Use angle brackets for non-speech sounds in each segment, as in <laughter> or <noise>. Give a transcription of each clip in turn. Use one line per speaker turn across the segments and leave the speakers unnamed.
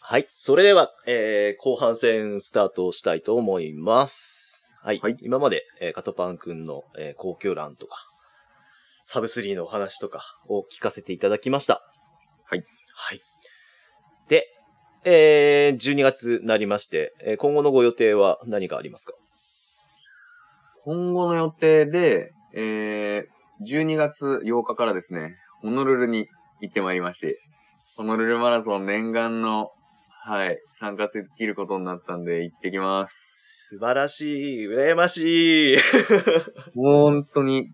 はい。それでは、えー後半戦スタートしたいと思います。はい。
はい
今まで、えーカトパンくんの、えー、公共欄とか、サブスリーのお話とかを聞かせていただきました。
はい。
はい。で、えー12月になりまして、えー今後のご予定は何かありますか
今後の予定で、えー、12月8日からですね、ホノルルに行ってまいりまして、ホノルルマラソン念願の、はい、参加できることになったんで行ってきます。
素晴らしい、羨ましい。
もう本当に、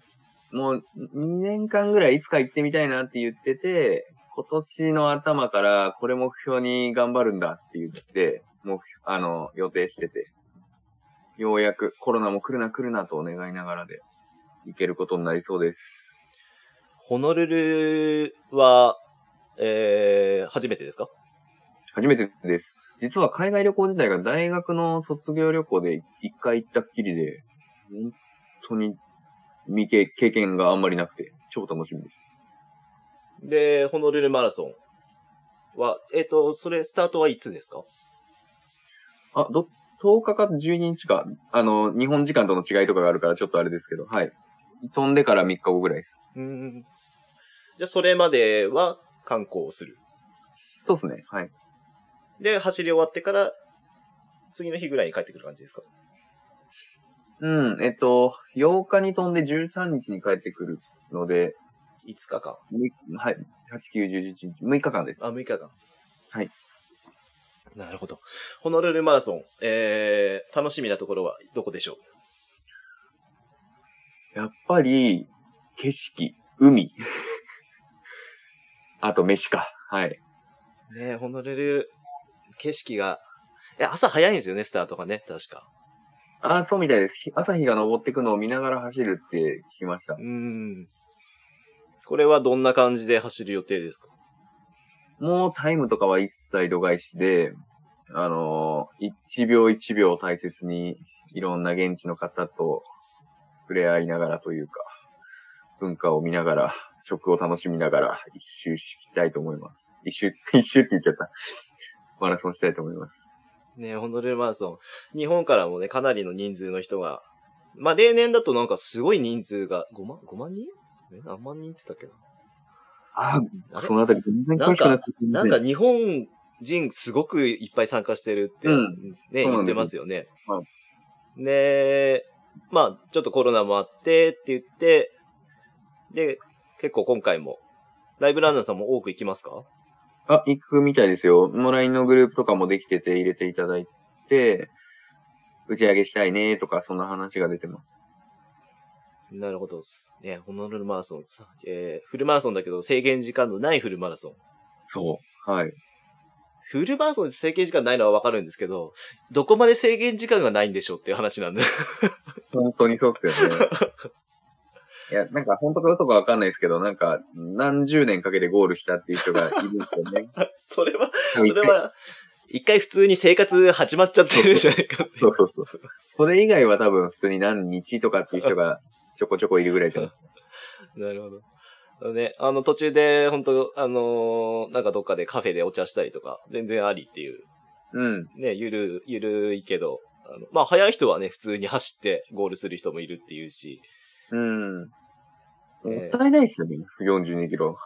もう2年間ぐらいいつか行ってみたいなって言ってて、今年の頭からこれ目標に頑張るんだって言って、もう、あの、予定してて、ようやくコロナも来るな来るなとお願いながらで、行けることになりそうです。
ホノルルは、えー初めてですか
初めてです。実は海外旅行自体が大学の卒業旅行で一回行ったっきりで、本当に未経経験があんまりなくて、超楽しみです。
で、ホノルルマラソンは、えっ、と、それ、スタートはいつですか
あ、ど、10日か12日か、あの、日本時間との違いとかがあるからちょっとあれですけど、はい。飛んでから3日後ぐらいです。
うん。じゃあ、それまでは観光をする。
そうですね。はい。
で、走り終わってから、次の日ぐらいに帰ってくる感じですか
うん、えっと、8日に飛んで13日に帰ってくるので、
?5 日間。
みはい。8、9、10、11日、6日間です。
あ、6日間。
はい。
なるほど。ホノルルマラソン、えー、楽しみなところはどこでしょう
やっぱり、景色、海。 <laughs> あと、飯か。はい。
ねえ、ホノルル、景色が、え、朝早いんですよね、スタートがね、確か。
あ、そうみたいです。朝日が昇ってくのを見ながら走るって聞きました
う。ん。これはどんな感じで走る予定ですか
もうタイムとかは一切度外視で、あのー、1秒1秒を大切に、いろんな現地の方と触れ合いながらというか、文化を見ながら、食を楽しみながら、一周したいと思います。一周、一周って言っちゃった。マラソンしたいと思います。
ねえホノルルマラソン。日本からもね、かなりの人数の人が、まあ、例年だとなんかすごい人数が、5万、5万人え、何万人って言ったっけ
あ
あ
あ、
れ
そのあたり全然詳しくなくてすみま
な
せん
なんか日本人すごくいっぱい参加してるって、
うん
ね、
そうな
言っ
んで
て
す
ますよね。
は
ねえ、まあ、ちょっとコロナもあってって言って、で、結構今回も、ライブランナーさんも多く行きますか
あ、行くみたいですよ。もう LINE のグループとかもできてて入れていただいて、打ち上げしたいねとか、そんな話が出てます。
なるほど。ね、ホノルルマラソンさ、えーフルマラソンだけど制限時間のないフルマラソン。
そう。はい。
フルマラソンで制限時間ないのはわかるんですけど、どこまで制限時間がないんでしょうっていう話なんで。 <laughs>
本当にそうっすよ <laughs> ね。いや、なんか本当か嘘かわかんないですけど、なんか何十年かけてゴールしたっていう人がいるんですよね。
それは、
<laughs> そ
それは、一回普通に生活始まっちゃってるんじゃないかっていう
そうそうそう。それ以外は多分普通に何日とかっていう人がちょこちょこいるぐらいじゃ <laughs> ない
<laughs> なるほど。あのね、あの途中で、本当あのーなんかどっかでカフェでお茶したりとか、全然ありっていう、
うん。
ね、ゆる、ゆるいけど、あのまあ、早い人はね、普通に走ってゴールする人もいるっていうし、
うん。も
え
ったいないですよね。42キロ。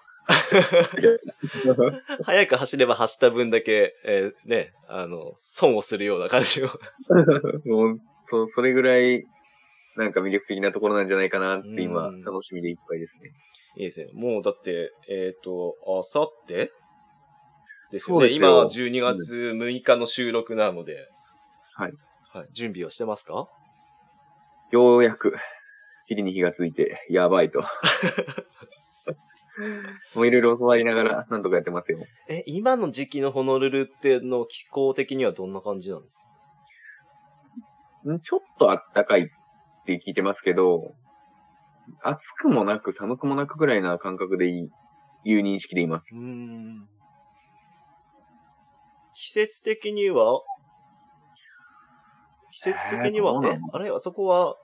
<laughs>
早く走れば走った分だけ、えーね、あの、損をするような感じを。
もう、そ、それぐらい、なんか魅力的なところなんじゃないかなって今、
うん
楽しみでいっぱいですね。
いいですね。もうだって、えっ、と、あさってですよ
そう
ね。
ですよ
今、12月6日の収録なので。
はい。
はい。準備をしてますか
ようやく、尻に火がついて、やばいと。もういろいろ教わりながら、なんとかやってますよ。
え、今の時期のホノルルっての気候的にはどんな感じなんですか
んちょっとあったかいって聞いてますけど、暑くもなく寒くもなくぐらいな感覚でいい、いう認識でいます。
うーん。季節的には季節的には
えー、どうな
ね
の、
あれあそこは、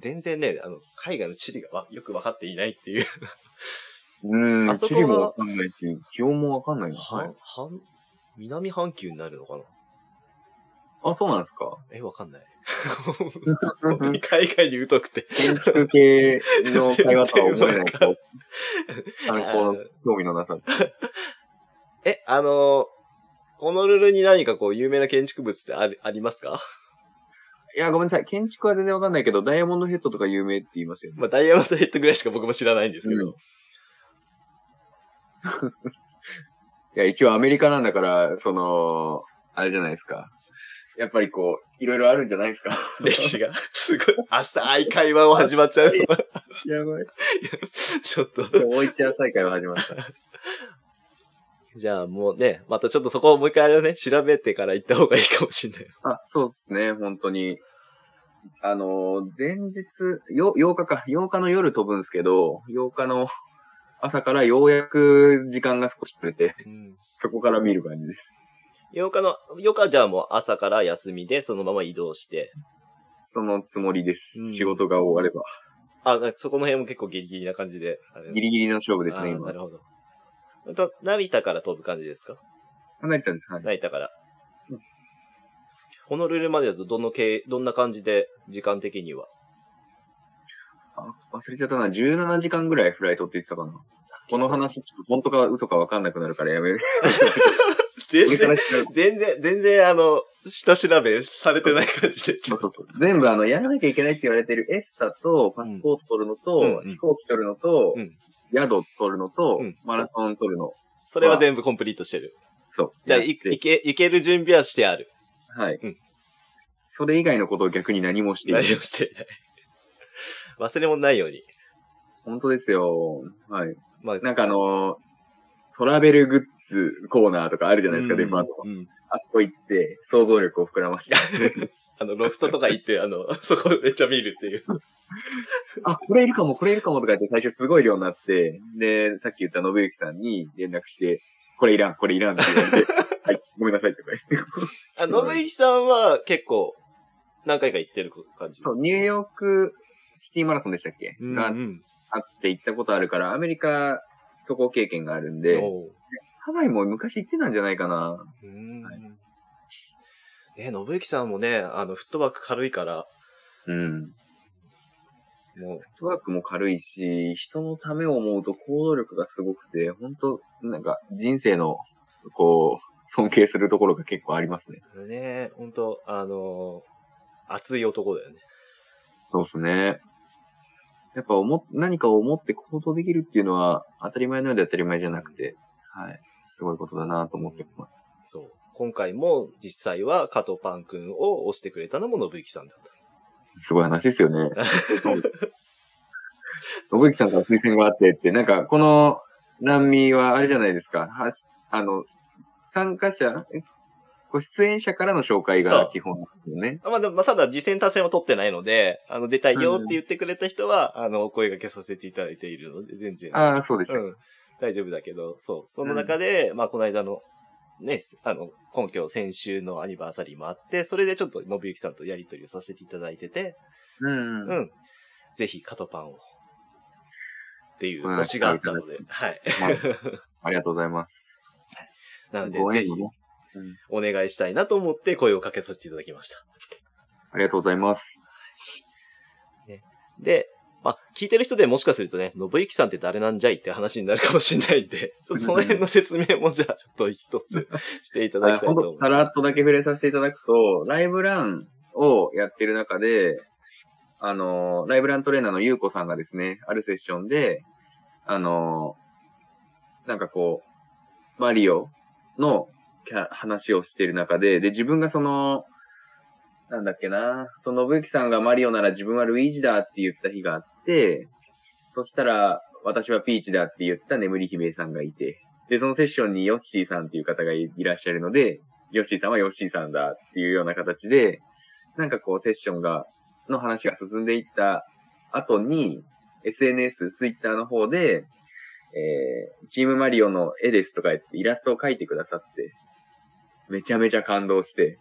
全然ね、あの、海外の地理がわよくわかっていないっていう。
うん
あ、そこは
地理もわかんないし、気温もわかんないな。
は、はん、南半球になるのかな
あ、そうなんですか。
え、わかんない。本当に海外に疎くて。
建築系の会話とは思えないけど、参考の興味のなさ。
<laughs> え、あの、ホノルルに何かこう、有名な建築物ってありありますか
<laughs>
<laughs>
いや、ごめんなさい。建築は全然わかんないけど、ダイヤモンドヘッドとか有名って言いますよね。
まあ、ダイヤモンドヘッドぐらいしか僕も知らないんですけ
<laughs>
ど。
いや、一応アメリカなんだから、その、あれじゃないですか。やっぱりこう、いろいろあるんじゃないですか。
<laughs> 歴史が。すごい、浅い会話を始まっちゃう。
や <laughs> ばい。
<laughs> ちょっと。
<laughs> もう一夜再会が始まった。
じゃあもうね、またちょっとそこをもう一回あれだね、調べてから行った方がいいかもしれない。
あ、そうですね、本当に。あの、前日、よ、8日か、8日の夜飛ぶんですけど、8日の <laughs> 朝からようやく時間が少し取れて、
うん。
そこから見る感じです。
8日の、8日はじゃあもう朝から休みで、そのまま移動して。
そのつもりです。
うん
仕事が終われば。
あ、なんかそこの辺も結構ギリギリな感じで。あれ
ギリギリの勝負ですね、
あーな
今。
るほど。と成田から飛ぶ感じですか
離れたんです。はい。
成田から
うん。
ホノルルまでだとどの系、どんな感じで、時間的には。
あ忘れちゃったな。17時間ぐらいフライトって言ってたかな。この話、ちょっと本当か嘘かわかんなくなるから
<laughs>
やめる。
全
俺か
然、
ら調べて
全然、全然あの、下調べされてない感じで。
そうそうそう全部あの、やらなきゃいけないって言われてるエスタと、パスポート取るのと、
うんうん
飛行機取るのと、
うん
宿取るのと、
うん
マラソン取るの。
<laughs> それは全部コンプリートしてる。
そう。
じゃあ、
や
い
って
いけ、いける準備はしてある。
はい、
うん
それ以外のことを逆に何もしていな
何
い。
をしていない。忘れ物ないように。
本当ですよ。はい。
まあ、
なんかあのートラベルグッズコーナーとかあるじゃないですか、デパートの。
うん
あそこ行って、想像力を膨らまして。
あの、ロフトとか行って、あの、 <laughs> そこめっちゃ見るっていう。
あ、これいるかも、これいるかもとか言って最初すごい量になって、で、さっき言った信之さんに連絡して、これいらん、これいらんって言わ <laughs> れて、はい、ごめんなさいって言って。
あ、信之さんは結構、何回か行ってる感じ。
<laughs> そう、ニューヨークシティマラソンでしたっけ、
うん
があ
ん。
って行ったことあるから、アメリカ渡航経験があるんで、
おう
ハワイも昔行ってたんじゃないかな。
うーん。ね、信之さんもね、あの、フットワーク軽いから、
うん。
もう、
フットワークも軽いし、人のためを思うと行動力がすごくて、本当なんか人生の、こう、尊敬するところが結構ありますね。
ね、ほんと、あのー熱い男だよね。
そうですね。やっぱ思っ、何かを思って行動できるっていうのは、当たり前のようで当たり前じゃなくて、はい。すごいことだなと思ってます。
そう。今回も実際は加藤パン君を押してくれたのも信之さんだっ
すごい話ですよ <laughs> ね。信之さんから推薦があってって、なんか、この難民はあれじゃないですか。はしあの、参加者、えご出演者からの紹介
そ
が
う
基本ですよね。
た。まあでも、まあ、ただ、次戦他戦は取ってないので、あの、出たいよって言ってくれた人は、あの、お声掛けさせていただいているので、全然。
ああ、そうです
う
よ。
ん、大丈夫だけど、そう。その中で、まあ、この間の、ね、あの、今日、先週のアニバーサリーもあって、それでちょっと、信之さんとやりとりをさせていただいてて、
うん。
うん。ぜひ、カトパンを。っていう、
うん
推しがあったので、
<laughs>
はい。
まあありがとうござい <laughs> ます。
なので、
ご
ぜ
縁
ひ
を、ね。
お願いしたいなと思って、声をかけさせていただきました。
ありがとうございます。
で、まあ、聞いてる人でもしかするとね、信之さんって誰なんじゃいって話になるかもしれないん
<laughs>
で、ちょっとその辺の説明もじゃあ、ちょっと一つしていただ
あ
きたいと
本
思い
当さ
ます。
らっとだけ触れさせていただくと、ライブランをやってる中で、あのー、ライブラントレーナーのゆうこさんがですね、あるセッションで、あのー、なんかこう、マリオのキャ話をしてる中で、で、自分がその、なんだっけな、その信之さんがマリオなら自分はルイージだって言った日があって、そしたら、私はピーチだって言った眠り姫さんがいて、で、そのセッションにヨッシーさんっていう方がいいらっしゃるので、ヨッシーさんはヨッシーさんだっていうような形で、なんかこうセッションが、の話が進んでいった後に、SNS、ツイッターの方で、えー、チームマリオの絵ですとか言ってイラストを描いてくださって、めちゃめちゃ感動して、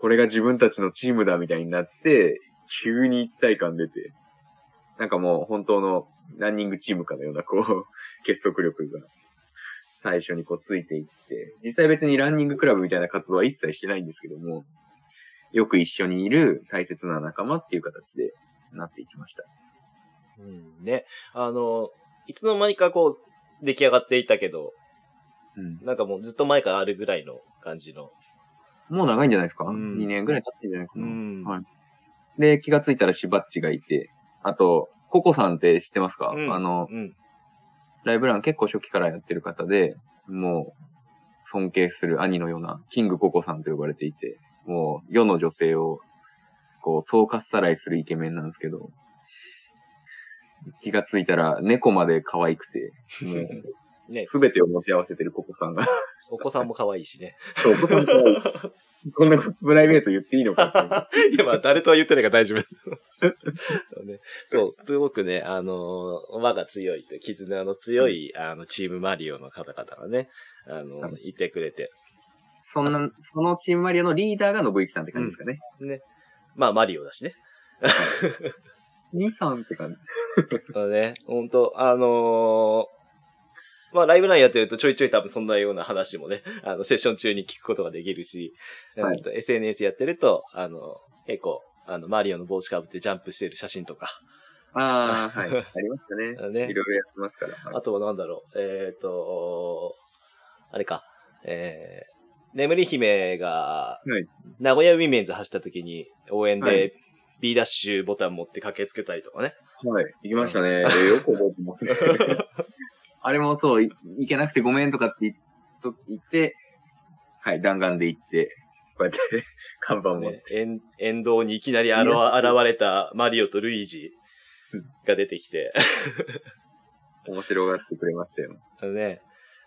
これが自分たちのチームだみたいになって、急に一体感出て、なんかもう本当のランニングチームかのようなこう、結束力が最初にこうついていって、実際別にランニングクラブみたいな活動は一切してないんですけども、よく一緒にいる大切な仲間っていう形でなっていきました。
うん、ね。あの、いつの間にかこう、出来上がっていたけど、
うん。
なんかもうずっと前からあるぐらいの感じの。
もう長いんじゃないですか、
うん
?2 年ぐらい経ってんじゃないかな。
ん
はいで、気がついたらしばっちがいて、あと、ココさんって知ってますか、
うん
あの、
うん。
ライブラン結構初期からやってる方で、もう、尊敬する兄のような、キングココさんと呼ばれていて、もう、世の女性を、こう、総括さらいするイケメンなんですけど、気がついたら、猫まで可愛くて、もう、
ね、
すべてを持ち合わせてるココさ <laughs> んが、
お子さんも可愛いしね。
そう、ココさん可愛いしこんなプライベート言っていいのかってい
<laughs>
う
いや、まあ、誰とは言ってないから大丈夫。そう <laughs> ね、そう、すごくね、あのー輪が強いという、絆の強い、あの、チームマリオの方々がね、あの
は
ーいてくれて。
そんな、そのチームマリオのリーダーが信行さんって感じですかね。
ね。まあ、マリオだしね。
兄さんって感じ。
そうね、ほんと、あのーまあ、ライブラインやってるとちょいちょい多分そんなような話もね、 <laughs> あの、セッション中に聞くことができるし、
はい
うんと SNS やってると、あの、結構、あの、マリオの帽子かぶってジャンプしてる写真とか、
あ <laughs> あ、はい。ありましたね。
あのね
いろいろやってますから。
あとはなんだろう、えっ、と、あれか、えー、眠り姫が
はい、
名古屋ウィメンズ走った時に応援
は
で B ダッシュボタン持って駆けつけたりとかね。
はい。行きましたね。えよく覚えてますね。 <laughs> あれもそう、い行けなくてごめんとかって言っと言って、はい、弾丸で行って、こうやって <laughs> 看板も。
ね沿沿道にいきなり現現れたマリオとルイージが出てきて、 <laughs>
面白がってくれましたよ。
あのね、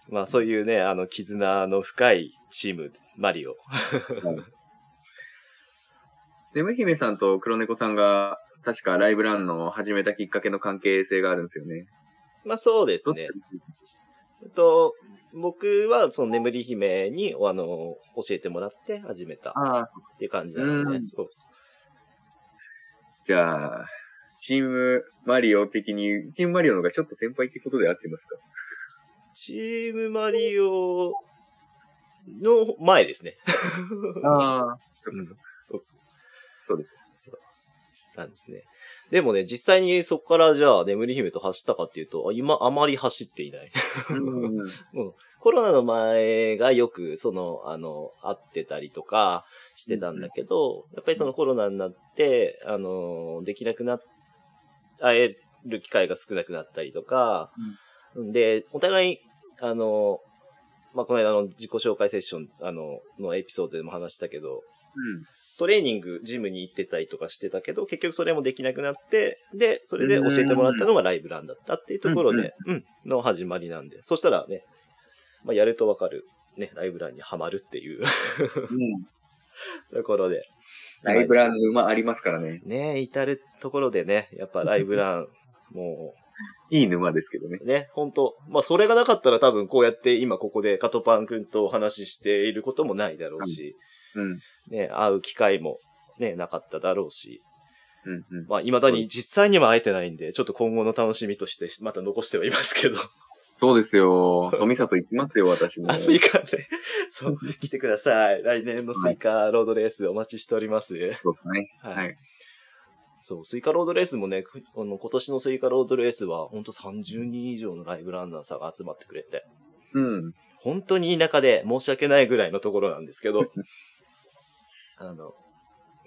まあそういうね、あの、絆の深いチーム、マリオ。
<laughs> で、むひめさんと黒猫さんが、確かライブランの始めたきっかけの関係性があるんですよね。
まあそうです
どっち
ね。えっと、僕はその眠り姫に、あの、教えてもらって始めた
ああ、
っていう感じなので、
うん
そう
じゃあ、チームマリオ的に、チームマリオの方がちょっと先輩ってことで合ってますか
チームマリオの前ですね。
ああ。
うんそう
そうです
そうなんですね。でもね、実際にそこからじゃあ、眠り姫と走ったかっていうと、あ今、あまり走ってい <laughs> ない。
うん。
コロナの前がよく、その、あの、会ってたりとかしてたんだけど、やっぱりそのコロナになって、あの、できなくなっ、会える機会が少なくなったりとか、で、お互い、あの、まあ、この間の自己紹介セッション、あの、のエピソードでも話したけど、トレーニング、ジムに行ってたりとかしてたけど、結局それもできなくなって、で、それで教えてもらったのがライブランだったっていうところで、うん、の始まりなんで。そしたらね、まあ、やるとわかる、ね、ライブランにはまるっていう <laughs>
うん。
ところで。
ライブランの馬ありますからね。
ね、至るところでね、やっぱライブラン、 <laughs> も
いい沼ですけどね。
う、ね、本当まあ、それがなかったら多分こうやって今ここでカトパン君とお話ししていることもないだろうし、
うん。
ね、会う機会も、ね、なかっただろうし、
うんうん。
まあ、未だに実際には会えてないんで、ちょっと今後の楽しみとして、また残してはいますけど。
そうですよ。富里行きますよ、私も。
あ、スイカで。 <laughs> そう、来てください。来年のスイカロードレースお待ちしております。
そうですね。
は。
はいい。
そう、スイカロードレースもね、くあの、今年のスイカロードレースは、ほんと30人以上のライブランナーさんが集まってくれて、
うん。
本当に田舎で申し訳ないぐらいのところなんです
<laughs>
けど、あの、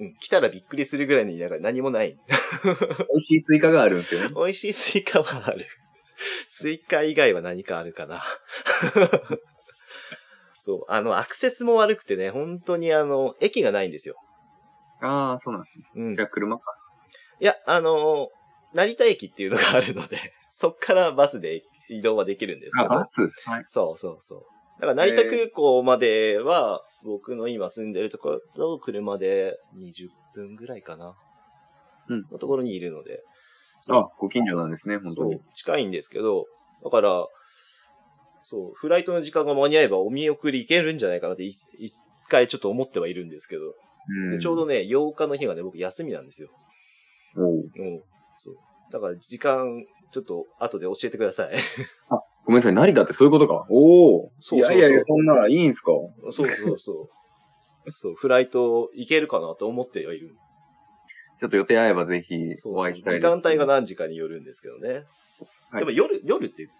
うん、来たらびっくりするぐらいの田舎で何もない。
美味しいスイカがあるんですよね。
美味しいスイカはある。スイカ以外は何かあるかな。 <laughs> そう、あの、アクセスも悪くてね、本当にあの、駅がないんですよ。
ああ、そうなんですね。
うん。い
じゃあ車か。
や、あの、成田駅っていうのがあるので、 <laughs> そっからバスで移動はできるんです
あ、
け
バ
ど。
スはい。
そうそうそう。だから成田空港までは、僕の今住んでるところと車で20分ぐらいかな。
うん
のところにいるので。
あ、ご近所なんですね、本当
そう
に。、
近いんですけど、だから、そう、フライトの時間が間に合えばお見送り行けるんじゃないかなって、い一回ちょっと思ってはいるんですけど、
う
で
ん。
ちょうどね、8日の日がね、僕休みなんですよ。
おう。 <laughs>
うん。そう。だから時間、ちょっと後で教えてください。
あ、ごめんなさい、成田ってそういうことか。おお。
そうそうそう
いやいやいや、そんな、いいんすか
そうそうそう。そう、フライト行けるかなと思ってはいる。
ちょっと予定合えばぜひ
そう
お
そう
会いしたい
時
です
間帯が何時かによるんですけどね。
はい
でも夜、夜って、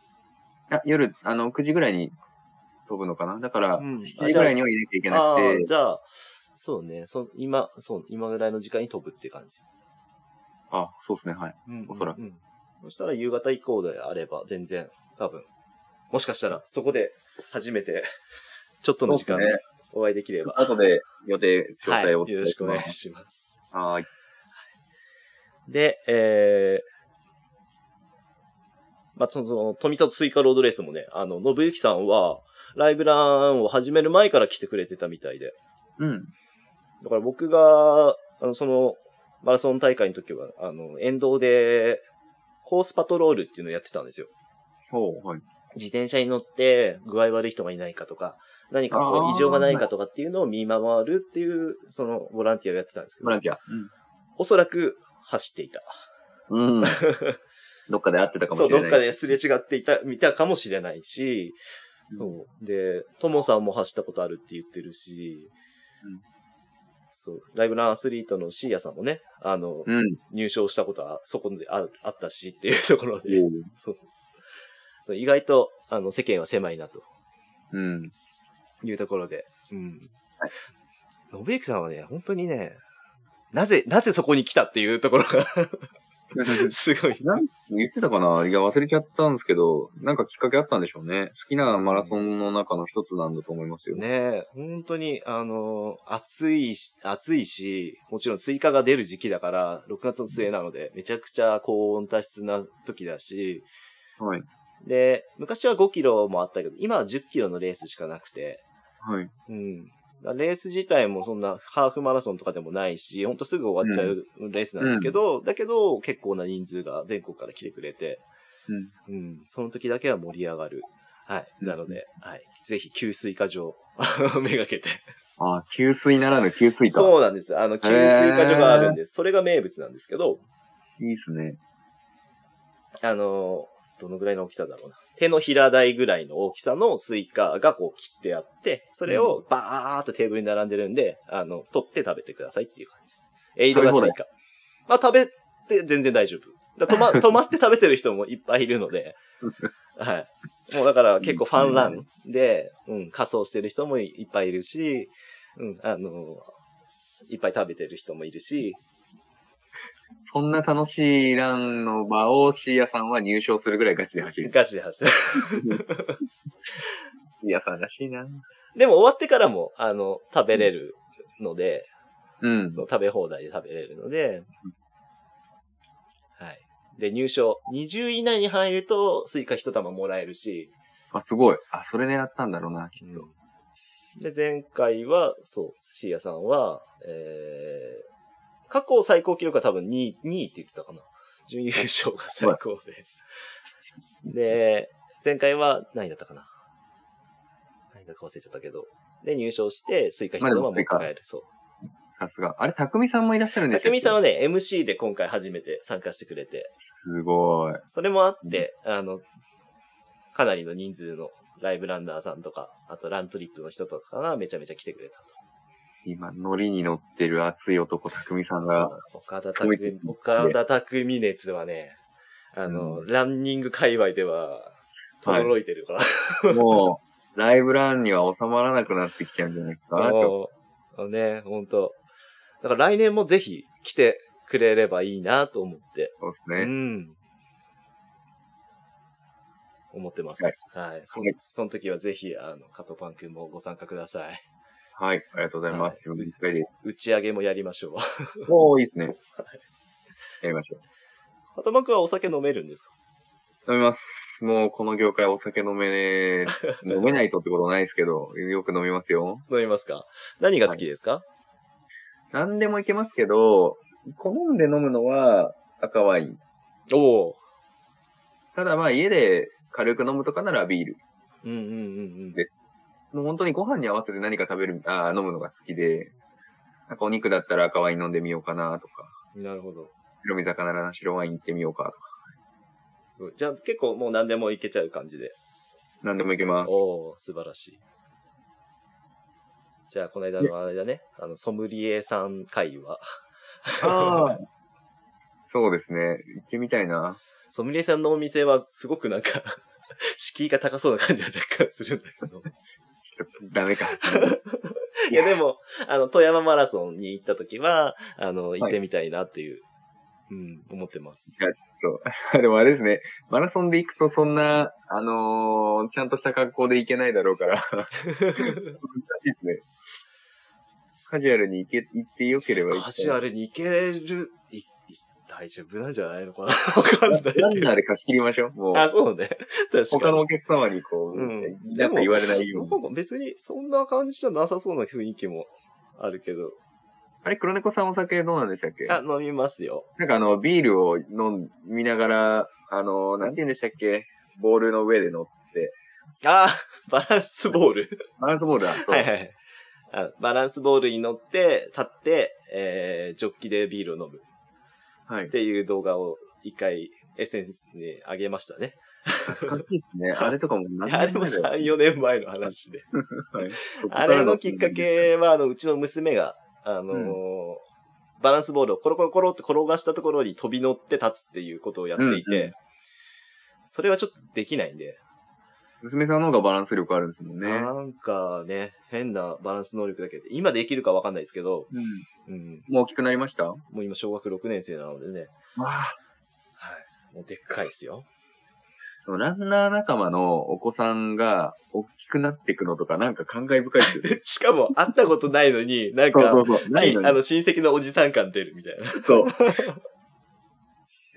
あ夜、あの、9時ぐらいに飛ぶのかなだから、
うん
7時ぐらいにはいなきゃいけな
ああ
く
ー、
て、
じゃあ、そうね、そ今、そう、今ぐらいの時間に飛ぶって感じ。
あそうですね、はい。
うん
おそらく
うんうんそしたら夕方以降であれば、全然、多分、もしかしたら、そこで、初め <laughs> て、ちょっとの時間
そうっすね、
お会いできれば。
後で予定、詳
はい。
細を
よろしくお願い
す。
します。
はい。
で、えー、まあ、そのその、富里スイカロードレースもね、あの、信之さんは、ライブランを始める前から来てくれてたみたいで。
うん。
だから僕が、あの、その、マラソン大会の時は、あの、沿道で、コースパトロールっていうのをやってたんですよ。
ほう、はい。
自転車に乗って、具合悪い人がいないかとか、何かこ
あ
う、
ー
異常がないかとかっていうのを見回るっていう、その、ボランティアをやってたんですけ
ボラン
ど、
ティア。
おそらく、走っていた。
うん。どっかで会ってたかも
そう、
しれ
ど
な
っ
い。
かですれ違っていた、見たかもしれないし、そう。で、ともさんも走ったことあるって言ってるし、
うん
そう、ライブランアスリートのシーヤさんもね、あの、
うん。うん。
入賞したことはそこでああったしっていうところで、
う
そう意外と、あの、世間は狭いなと
ん。 <laughs>
いうところで、うん。信之さんはね、本当にね、なぜ、なぜそこに来たっていうところが <laughs> すごい。
なん言ってたかないや、忘れちゃったんですけど、なんかきっかけあったんでしょうね。好きなマラソンの中の一つなんだと思いますよ。
ねえ、本当に、あの、暑いし、暑いし、もちろんスイカが出る時期だから、6月の末なので、めちゃくちゃ高温多湿な時だし、
はい。
で、昔は5キロもあったけど、今は10キロのレースしかなくて、
はい。
うん。レース自体もそんなハーフマラソンとかでもないし、ほんとすぐ終わっちゃうレースなんですけど、だけど結構な人数が全国から来てくれて、
うん。
うん、その時だけは盛り上がる。はい。なので、はい。ぜひ、給水化場、 <laughs> めがけて。
ああ、給水ならぬ給水か。
そうなんです。あの、給水化所があるんです。それが名物なんですけど、
いいっすね。 <laughs>
あの、どのぐらいの大きさだろうな。手の平台ぐらいの大きさのスイカがこう切ってあって、それをバーっとテーブルに並んでるんで、あの、取って食べてくださいっていう感じ。エイドがスイカ。まあ食べて全然大丈夫。だ <laughs> 止ま、止まって食べてる人もいっぱいいるので、はい。もうだから結構ファンランで、うん、仮装してる人もいっぱいいるし、うん、あの、いっぱい食べてる人もいるし、
そんな楽しいランの場をシーヤさんは入賞するぐらいガチで走る。
ガチで走る。 <laughs>
シーヤさんらしいな。
でも終わってからも、あの、食べれるので、
うん。
食べ放題で食べれるので、はい。で、入賞。20位以内に入ると、スイカ一玉もらえるし、
あ、すごい。あ、それ狙ったんだろうな、きっと。
で、前回は、そう、シーヤさんは、えー、過去最高記録は多分2位、2位って言ってたかな。準優勝が最高で。で、前回は何位だったかな。何だか忘れちゃったけど。で、入賞して、スイカ一玉もら
まあでもス
える。そう。
さすが。あれ、匠さんもいらっしゃるんでし
た
たっけ
くみさんはね、MC で今回初めて参加してくれて、
すごい。
それもあって、あの、かなりの人数のライブランナーさんとか、あとラントリップの人とかがめちゃめちゃ来てくれた
今、ノリに乗ってる熱い男、匠さん
と。
が。
そう岡田
すごいです
匠
ね、
岡田匠熱はね、あの、
う
ランニング界隈では、とどろいてるから。
もう、ライブランには収まらなくなってきちゃうんじゃないですか。ちょっ
もう、あのね、ほんと。だから来年もぜひ来てくれればいいなと思って。
とそうです
う
ね。
ん。思ってます。
は
はいい。そ
はい
その時はぜひ、あの、カトパン君もご参加ください。
はい。ありがとうございます。自分で一回で。
打ち上げもやりましょう。 <laughs>
おー、いいですね。やりましょ
カトパン君はお酒飲めるんですか
う。飲みます。もう、この業界お酒飲めね、飲めないとってことないですけど、 <laughs> よく飲みますよ。
飲みますか何が好きですか、
何でもいけますけど、好んで飲むのは赤ワイン。
おお
ただまあ家で軽く飲むとかならビール。
うんうんうん
です。もう本当にご飯に合わせて何か食べる、あー飲むのが好きで、なんかお肉だったら赤ワイン飲んでみようかなとか、
うん。なるほど。
白身魚なら白ワイン行ってみようかとか。
すごいじゃあ結構もう何でもいけちゃう感じで。
何でもいけます。
おお素晴らしい。じゃあ、この間のあれだね、あの、ソムリエさん会は、 <laughs>
ああ。 <laughs> そうですね。行ってみたいな。
ソムリエさんのお店はすごくなんか、 <laughs> 敷居が高そうな感じは若干するんだけ <laughs> ど。
ちょっとダメか。
<laughs> いや、でも、あの、富山マラソンに行った時は、あの、行ってみたいなっていう、うん、思ってます。
そう。 <laughs> でもあれですね。マラソンで行くとそんな、あのーちゃんとした格好で行けないだろうから。難しいですね。カジュアルに行け、行ってよければ行
カ
きたい
ジュアルに行ける、いい大丈夫なんじゃないのかな <laughs> わかんないけど
ランナーで貸し切りましょう。もう。
あ、そうね。確か
他
に。
のお客様にこう、
うん
なんか言われないよう
な
に。
んか別にそんな感じじゃなさそうな雰囲気もあるけど。
あれ、黒猫さんお酒どうなんでしたっけ
あ、飲みますよ。
なんかあの、ビールを飲みながら、あの、なんて言うんでしたっけボールの上で乗って、
あ、バランスボール。
バランスボールだ。そう
はいはいあ。バランスボールに乗って、立って、えー、ジョッキでビールを飲む
はい
っ。ていう動画を一回 SNS に上げましたね。
懐かしいです <laughs> ね。あれとかも何
あれも3、4年前の話で。
そこか
あ
ら
れのきっか。けは、あの、うちの娘が、あのーバランスボールをコロコロコロって転がしたところに飛び乗って立つっていうことをやっていて、
うんうん
それはちょっとできないんで、
娘さんの方がバランス力あるんですもんね。
なんかね、変なバランス能力だけで、今できるかわかんないですけど、
うん
うん、
もう大きくなりましたわ
もう今小学6年生なのでね、
あ。
はい、もうでっかいですよ。。
でもランナー仲間のお子さんが大きくなっていくのとかなんか感慨深いですよね
しかも会ったことないのに、なん
<laughs> そう
か、
そうそう。ないのに
あの親戚のおじさん感出るみたいな。
そう。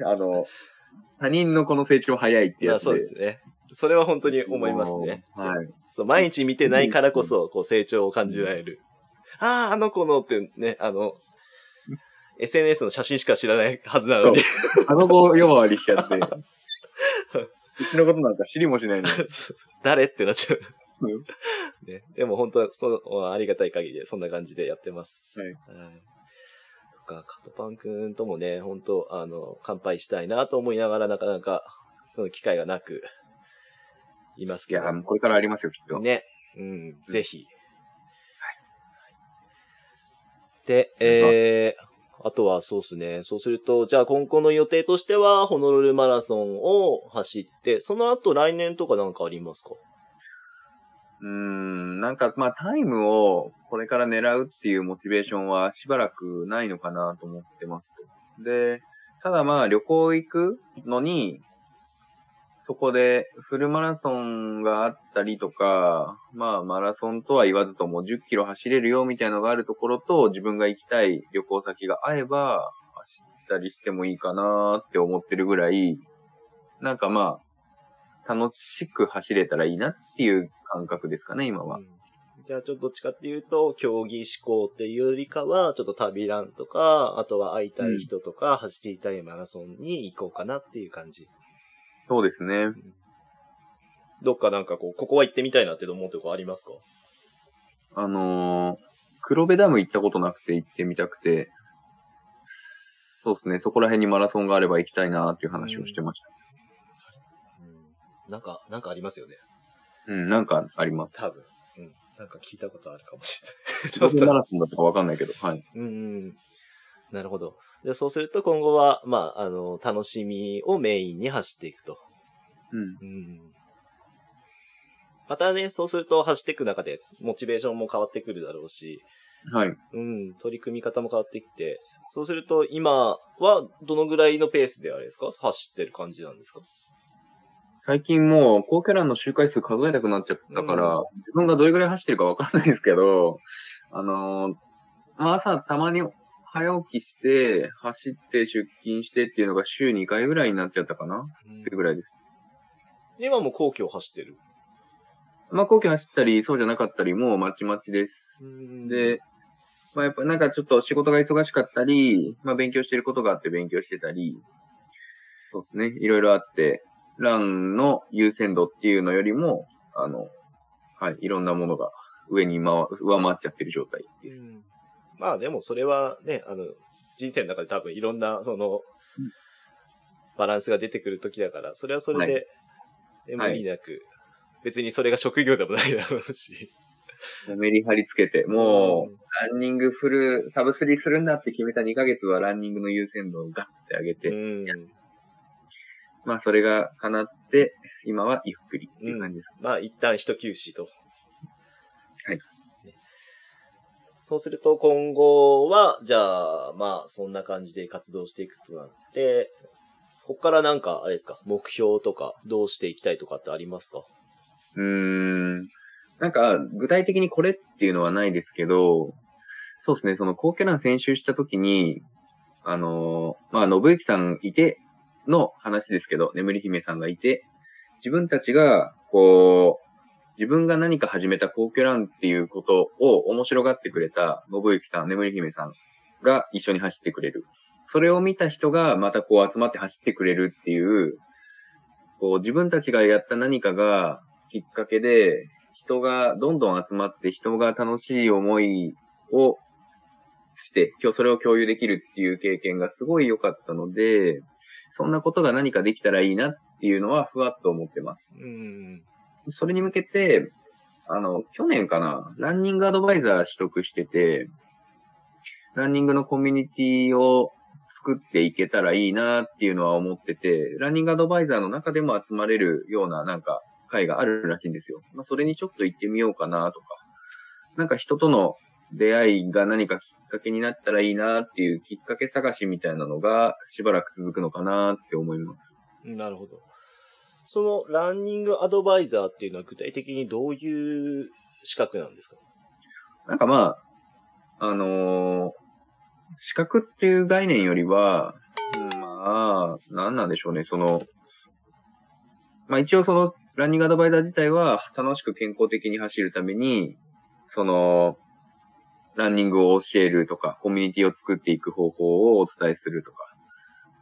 <laughs> あの、他人のこの成長早いって
<laughs> ま
や
あ
つで。
そうですね。それは本当に思いますね。
もうはい。
そう、毎日見てないからこそ、こう、成長を感じられる。ああ、あの子のってね、あの、SNS の写真しか知らないはずなのに。
あの子呼ばわりしち
<laughs>
ゃって。うちのことなんか知りもしないのに。
<laughs> 誰ってなっちゃう
うん。
ね、でも本当その、ありがたい限りで、そんな感じでやってます。はい。とか、カトパンくんともね、本当あの、乾杯したいなと思いながら、なかなか、その機会がなく、います
い
けど。
や、もうこれからありますよ、きっと。
ね。うん、ぜひ。で、えー、あとはそうですね。そうすると、じゃあ今後の予定としては、ホノルルマラソンを走って、その後来年とかなんかありますか
うーん、なんか、まあ、タイムをこれから狙うっていうモチベーションはしばらくないのかなと思ってます。で、ただまあ、旅行行くのに、そこでフルマラソンがあったりとか、まあ、マラソンとは言わずとも10キロ走れるよみたいのがあるところと、自分が行きたい旅行先が合えば、走ったりしてもいいかなって思ってるぐらい、なんかまあ、楽しく走れたらいいなっていう感覚ですかね、今は
う。んじゃあちょっとどっちかっていうと、競技志向っていうよりかは、ちょっと旅ランとか、あとは会いたい人とか、走りたいマラソンに行こうかなっていう感じ。
そうですね。
どっかなんかこう、ここは行ってみたいなって思うとこありますか
あのー黒部ダム行ったことなくて行ってみたくて、そうですね、そこら辺にマラソンがあれば行きたいなっていう話をしてました。
うんなんか、なんかありますよね。
うん、なんかあります。
多分。うん。なんか聞いたことあるかもしれない。 <laughs>
<laughs>
ちょ
黒
っ
部マ
と。
ラソンだったかわかんないけど、はい。
うんうん。なるほど。で、そうすると今後は、まあ、あの、楽しみをメインに走っていくと。
うん。
うん。またね、そうすると走っていく中で、モチベーションも変わってくるだろうし、
はい。
うん、取り組み方も変わってきて、そうすると今はどのぐらいのペースであれですか走ってる感じなんですか
最近もう、高キャラの周回数数えたくなっちゃったから、
う
自分がどれぐらい走ってるかわかんないですけど、あのーまあ、朝たまに早起きして、走って出勤してっていうのが週2回ぐらいになっちゃったかなってぐらいです。
今も後期を走ってる。
まあ、後期走ったり、そうじゃなかったり、もうまちまちです。で、まあやっぱなんかちょっと仕事が忙しかったり、まあ勉強してることがあって勉強してたり、そうですね、いろいろあって、ランの優先度っていうのよりも、あの、はい、いろんなものが上に回、上回っちゃってる状態
う
です。
んまあでもそれはね、あの、人生の中で多分いろんな、その
うん、
バランスが出てくる時だから、それはそれで、
は
無理なく、別にそれが職業でもないだろうし。
メリハリつけて、もう、ランニングフル、サブスリーするんだって決めた2ヶ月はランニングの優先度をガッて上げ
う
て、
ん。
まあそれが叶って、今はゆっくりっていう感じです。
まあ、一旦一休止と。
はい。
そうすると、今後は、じゃあ、まあ、そんな感じで活動していくとなって、こっからなんか、あれですか、目標とか、どうしていきたいとかってありますか
うーん。なんか、具体的にこれっていうのはないですけど、そうですね、その後継欄選集した時に、あのーまあ、信之さんいての話ですけど、眠り姫さんがいて、自分たちが、こう、自分が何か始めた後継欄っていうことを面白がってくれた信之さん、眠り姫さんが一緒に走ってくれる。それを見た人がまたこう集まって走ってくれるっていう、こう自分たちがやった何かがきっかけで、人がどんどん集まって、人が楽しい思いをして、今日それを共有できるっていう経験がすごい良かったので、そんなことが何かできたらいいなっていうのはふわっと思ってます。
うん。
それに向けて、あの、去年かな、ランニングアドバイザー取得してて、ランニングのコミュニティを作っていけたらいいなっていうのは思ってて、ランニングアドバイザーの中でも集まれるようななんか会があるらしいんですよ。まあ、それにちょっと行ってみようかなとか、なんか人との出会いが何かきっかけになったらいいなっていうきっかけ探しみたいなのがしばらく続くのかなって思います。
なるほど。その、ランニングアドバイザーっていうのは具体的にどういう資格なんですか
なんかまあ、あのー資格っていう概念よりは、うんまあ、なんなんでしょうね、その、まあ一応その、ランニングアドバイザー自体は楽しく健康的に走るために、その、ランニングを教えるとか、コミュニティを作っていく方法をお伝えするとか、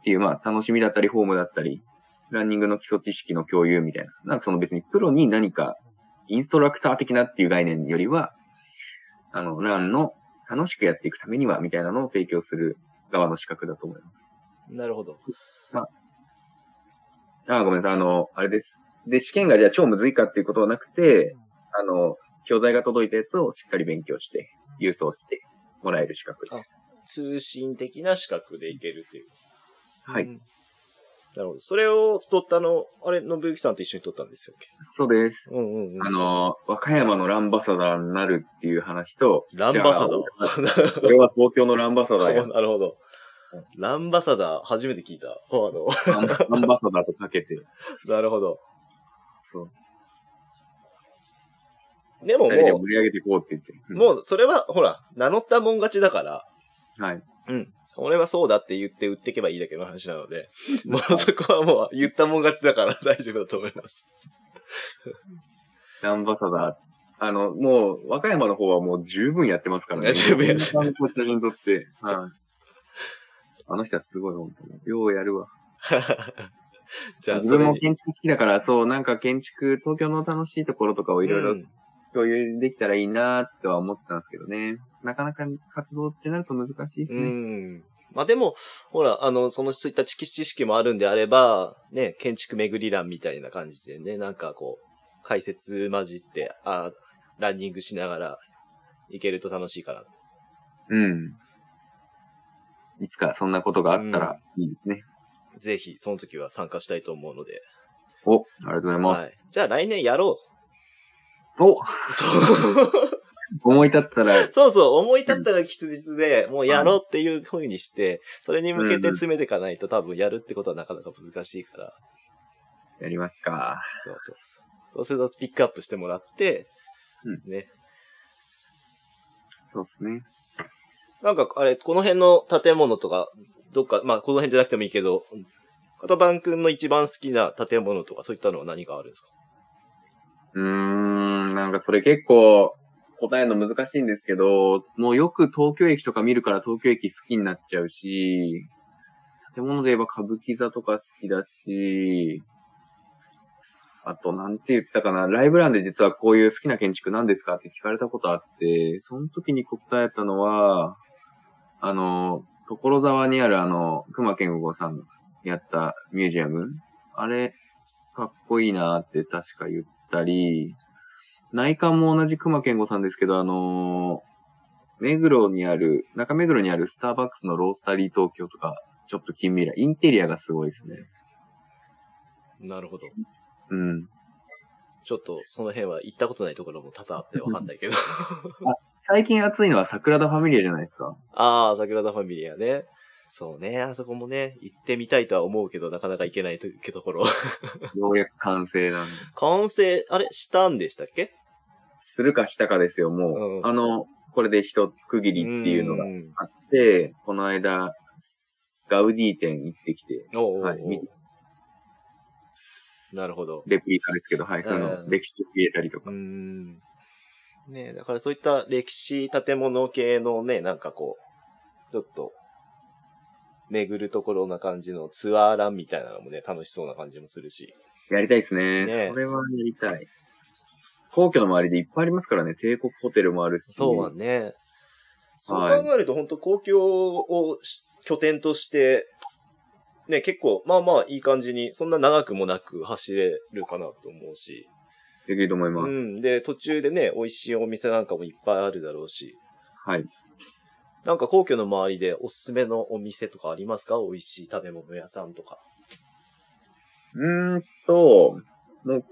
っていう、まあ、楽しみだったり、フォームだったり、ランニングの基礎知識の共有みたいな。なんかその別にプロに何か、インストラクター的なっていう概念よりは、あの、ランの楽しくやっていくためには、みたいなのを提供する側の資格だと思いま
なるほど。
す。あー、ごめんなさい。あの、あれです。で、試験がじゃあ超むずいかっていうことはなくて、あの、教材が届いたやつをしっかり勉強して、郵送してもらえる資格です。
通信的な資格でいけるっていう。
はい
うんなるほど。それを取ったの、あれ、信之さんと一緒に取ったんですよ。
そうです。
うんうんうん。<laughs>
あ、の、和歌山のランバサダーになるっていう話と、
ランバサ
じゃあ
ダー。
俺は東京のランバサダーや。
なるほど。ランバサダー、初めて聞いた。 <laughs> あ
<laughs>
の、
ランランバサダーとかけて。
なるほど。
そう。
でも
二人で
も
盛り上げていこうって言って。
う、もう、それは、ほら、名乗ったもん勝ちだから、
うん。はい。
うん。俺はそうだって言って売ってけばいいだけの話なので、もうそこはもう言ったもん勝ちだから <laughs> 大丈夫だと思います。
ランバサダー。あの、もう、和歌山の方はもう十分やってますから
いや
ね。
十分やって
る。観光写真撮って。はい。あの人はすごい、本当に。ようやるわ。
じゃあ、
自
それ
分も
に。
建築好きだから、そう、なんか建築、東京の楽しいところとかをいろいうろ
ん
共有できたらいいなとは思ってたんですけどね。なかなか活動ってなると難しいです
う
ね。
ん。まあでも、ほら、あの、そのそういった知識知識もあるんであれば、ね、建築巡り欄みたいな感じでね、なんかこう、解説混じって、あランニングしながら行けると楽しいかな。
うん。いつかそんなことがあったらいいですね。
ぜひ、その時は参加したいと思うので。
お、ありがとうございます。
はい。じゃあ来年やろ
<laughs> お、
う。そう。
思い立ったら、
そうそう、思い立ったが吉日で、もうやろうっていう風にして、それに向けて詰めていかないと多分やるってことはなかなか難しいから。
やりますか。
そうそう。そうするとピックアップしてもらって、
う
ね。
そうですね。
なんか、あれ、この辺の建物とか、どっか、まあ、この辺じゃなくてもいいけど、片番くんの一番好きな建物とか、そういったのは何かあるんですか
うーん、なんかそれ結構答えるの難しいんですけど、もうよく東京駅とか見るから東京駅好きになっちゃうし、建物で言えば歌舞伎座とか好きだし、あと、なんて言ってたかな、ライブ欄で実はこういう好きな建築なんですかって聞かれたことあって、その時に答えたのは、あの、所沢にあるあの、熊健吾さんやったミュージアムあれ、かっこいいなって確か言っったり、内観も同じ熊健吾さんですけど、あのー目黒にある、中目黒にあるスターバックスのロースタリー東京とか、ちょっと近未来、インテリアがすごいですね。
なるほど。
うん。
ちょっと、その辺は行ったことないところも多々あってわかんないけど。
最近熱いのは桜田ファミリアじゃないですか。
ああ、桜田ファミリアね。そうね、あそこもね、行ってみたいとは思うけど、なかなか行けないというところ。 <laughs>
ようやく完成なんで。
完成、あれしたんでしたっけ
するかしたかですよ、もう。
うん
あの、これで一区切りっていうのが
ん
あって、この間、ガウディ店行ってきて、
おうおうおう
はい見
なるほど。
レプリカですけど、はい、その
うん
歴史を入れたりと
う
か
ー。ん。ねえだからそういった歴史建物系のね、なんかこう、ちょっと、巡るところな感じのツアーランみたいなのもね、楽しそうな感じもするし。
やりたいですね。
ねえ
それはやりたい。皇居の周りでいっぱいありますからね、帝国ホテルもあるし。
そうは
ね。
ね。そう考えると、本当公共をし拠点として、ね、結構、まあまあいい感じに、そんな長くもなく走れるかなと思うし。
できると思いま
う
す。
ん。で、途中でね、美味しいお店なんかもいっぱいあるだろうし。
はい。
なんか皇居の周りでおすすめのお店とかありますか美味しい食べ物屋さんとか。
うーんと、もう、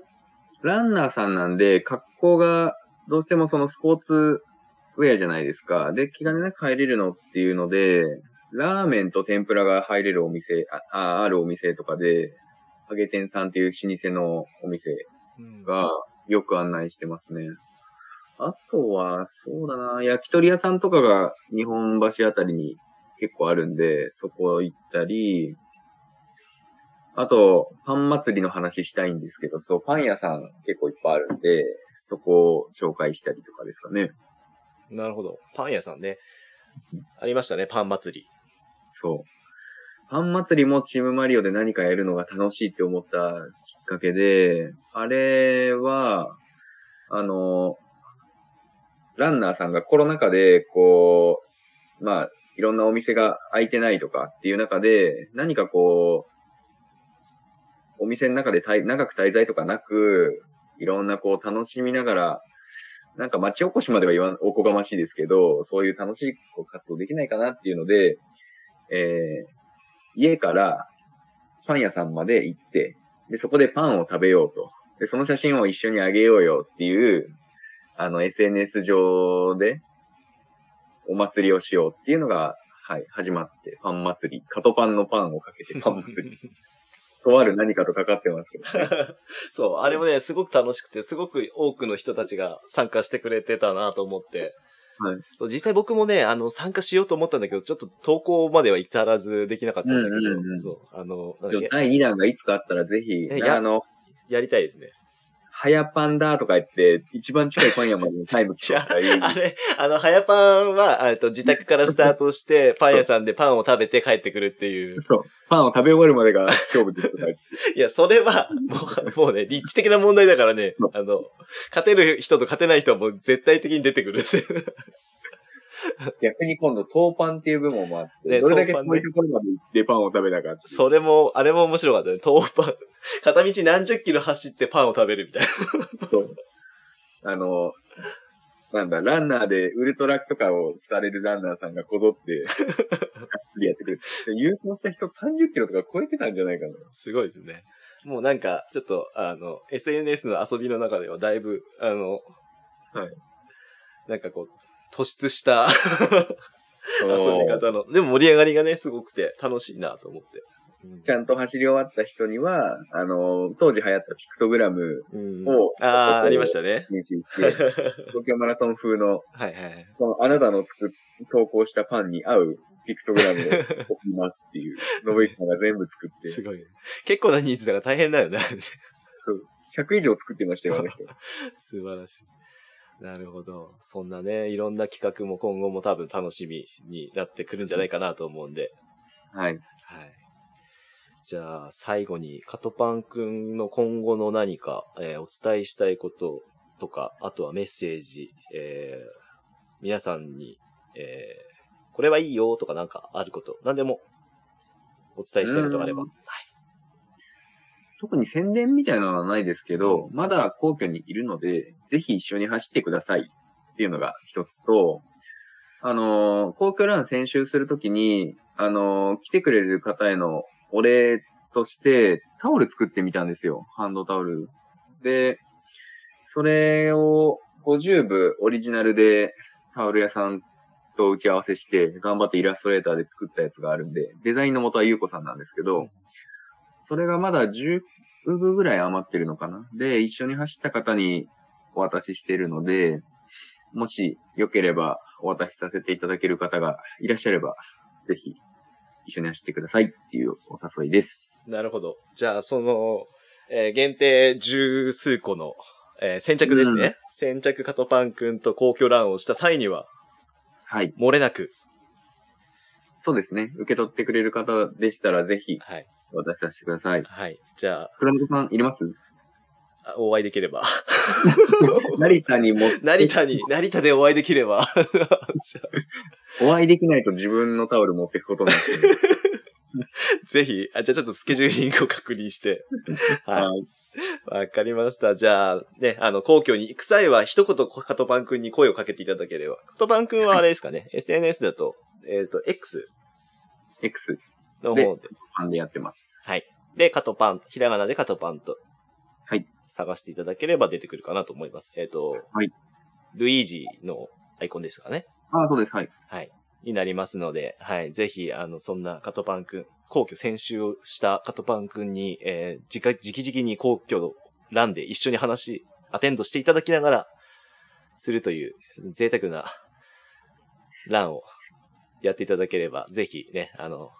ランナーさんなんで、格好が、どうしてもそのスポーツウェアじゃないですか。で、気兼ねなく入れるのっていうので、ラーメンと天ぷらが入れるお店、あ、ああるお店とかで、揚げ天さんっていう老舗のお店
うん
がよく案内してますね。あとは、そうだな、焼き鳥屋さんとかが日本橋あたりに結構あるんで、そこ行ったり、あと、パン祭りの話したいんですけど、そう、パン屋さん結構いっぱいあるんで、そこを紹介したりとかですかね。
なるほど。パン屋さんね。ありましたね、パン祭り。
そう。パン祭りもチームマリオで何かやるのが楽しいって思ったきっかけで、あれは、あの、ランナーさんがコロナ禍で、こう、まあ、いろんなお店が開いてないとかっていう中で、何かこう、お店の中でたい長く滞在とかなく、いろんなこう楽しみながら、なんか町おこしまでは言わん、おこがましいですけど、そういう楽しいこう活動できないかなっていうので、えー家からパン屋さんまで行って、で、そこでパンを食べようと。で、その写真を一緒にあげようよっていう、あの、SNS 上で、お祭りをしようっていうのが、はい、始まって、パン祭り。カトパンのパンを
<laughs>
かけてパン祭り。とある何かとかかってますけど、
<laughs>
ね。
そう、あれもね、すごく楽しくて、すごく多くの人たちが参加してくれてたなと思って。
はい
そう、実際僕もね、あの、参加しようと思ったんだけど、ちょっと投稿までは至らずできなかったんだけど、
うんうんうん
そう、あの、なん
ち
だ
ょ
っけ
第2弾がいつかあったらぜひ、
えや
あの、
やりたいですね。
早パンだとか言って、一番近いパン屋までのタイム来ちゃ
<laughs>
ったり、
あれ、あの、早パンは、えっと、自宅からスタート
<laughs>
して、パン屋さんでパンを食べて帰ってくるっていう。
そう。パンを食べ終わるまでが勝負ですとか言って
いや、それ
<laughs>
は、もう、もうね、立地的な問題だからね、あの、勝てる人と勝てない人はもう絶対的に出てくるっていう。
逆に今度、豆パンっていう部門もあって、
ね
どれだけ
豆
遠
パンね
いところまで行ってパンを食べたかっていう
それも、あれも面白かったね。豆パン。片道何十キロ走ってパンを食べるみたい
そうあの、なんだ、ランナーでウルトラとかをされるランナーさんがこぞって、がっつりやってくる。で優勝した人30キロとか超えてたんじゃないかな。
な。 <laughs> すごいですね。もうなんか、ちょっと、あの、SNS の遊びの中ではだいぶ、あの、
はい。
なんかこう、突出した遊び
そう
方の。でも盛り上がりがね、すごくて楽しいなと思って。うん
ちゃんと走り終わった人には、あの、当時流行ったピクトグラム
うん
を
ああ、ありましたね。
にして、
<laughs> は
東京マラソン風の、
いはいはい。
そのあなたの作っ投稿したパンに合うピクトグラムを送りますっていう、のぶいさんが全部作っ
<laughs>
て
す。ごいね。結構な人数だから大変だよね。
100以上作ってましたよ、あの人。
<laughs> 素晴らしい。なるほど。そんなね、いろんな企画も今後も多分楽しみになってくるんじゃないかなと思うんで。
はい。
はい。じゃあ、最後に、カトパンくんの今後の何か、えーお伝えしたいこととか、あとはメッセージ、えー皆さんに、えーこれはいいよとかなんかあること、何でもお伝えしたいことがあれば。
う
は
ん
い。
特に宣伝みたいなのはないですけど、まだ皇居にいるので、ぜひ一緒に走ってくださいっていうのが一つと、あのー皇居ラン先週するときに、あのー来てくれる方へのお礼として、タオル作ってみたんですよ。ハンドタオル。で、それを50部オリジナルでタオル屋さんと打ち合わせして、頑張ってイラストレーターで作ったやつがあるんで、デザインの元はゆうこさんなんですけど、それがまだ10部ぐらい余ってるのかな。で、一緒に走った方にお渡ししてるので、もしよければお渡しさせていただける方がいらっしゃれば、ぜひ一緒に走ってくださいっていうお誘いです。
なるほど。じゃあ、その、えー限定十数個の、えー先着ですね。先着カトパンくんと公共ランをした際には、
はい。
漏れなく、
そうですね。受け取ってくれる方でしたら、ぜひ
はい。
お渡しさせてください。
はい。じゃあ
黒猫さん、いります
あ、お会いでき <laughs> れば。
成田にも、
成田に、成田でお会いできれば。 <laughs> じゃあ
お会いできないと自分のタオル持っていくことになってる。
ぜひ、あ、じゃあちょっとスケジューリングを確認して。はい。
はい。
わかりました。じゃあ、ね、あの、皇居に行く際は、一言、カトパンくんに声をかけていただければ。カトパンくんはあれですかね、SNS だと、えっ、と、X
<laughs> X
の方で。
ファンでやってます。
はい。で、カトパン、ひらがなでカトパンと。
はい。
探していただければ出てくるかなと思います。えっ、と、
はい。
ルイージのアイコンですかね。
ああ、そうです。はい。
はい。になりますので、はい。ぜひ、あの、そんなカトパンくん、皇居先週をしたカトパンくんに、えー、じか、じきじきに皇居のランで一緒に話、アテンドしていただきながら、するという、贅沢な、ランをやっていただければ、ぜひね、あの、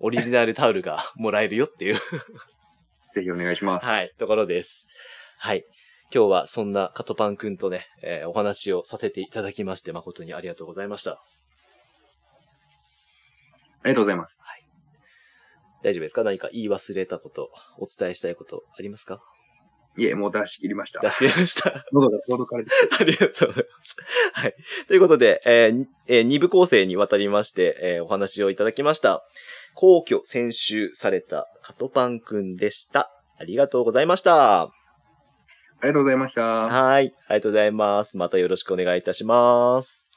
オリジナルタオルがもらえるよっていう
ぜひお願いしま
<laughs>
す。
はい、ところです。はい。今日はそんなカトパンくんとね、えーお話をさせていただきまして誠にありがとうございました。
ありがとうございます。
大丈夫ですか何か言い忘れたこと、お伝えしたいことありますか
いえ、もう出し切りました
出。し切りました。 <laughs>
喉がちょうど枯れてきた。
ありがとうございます。はい。ということで、えーえ2部構成にわたりまして、えーお話をいただきました。皇居選集されたカトパンくんでした。ありがとうございました。
ありがとうございました。
はい。ありがとうございます。またよろしくお願いいたします。